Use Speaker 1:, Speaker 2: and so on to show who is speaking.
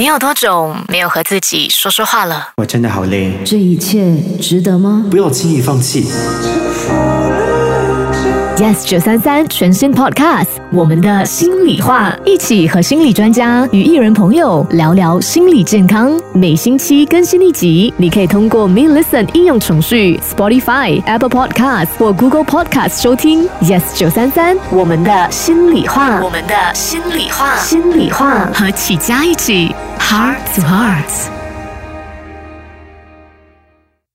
Speaker 1: 你有多久没有和自己说说话了？
Speaker 2: 我真的好累，
Speaker 3: 这一切值得吗
Speaker 2: 不要轻易放弃。
Speaker 3: ？Yes 九三三全新 Podcast，我们的心里话，一起和心理专家与艺人朋友聊聊心理健康。每星期更新一集，你可以通过 Me Listen 应用程序、Spotify、Apple Podcast 或 Google Podcast 收听。Yes 九三三，我们的心里话，
Speaker 1: 我们的心里话。
Speaker 3: 心里话，和启佳一起 Heart to Heart。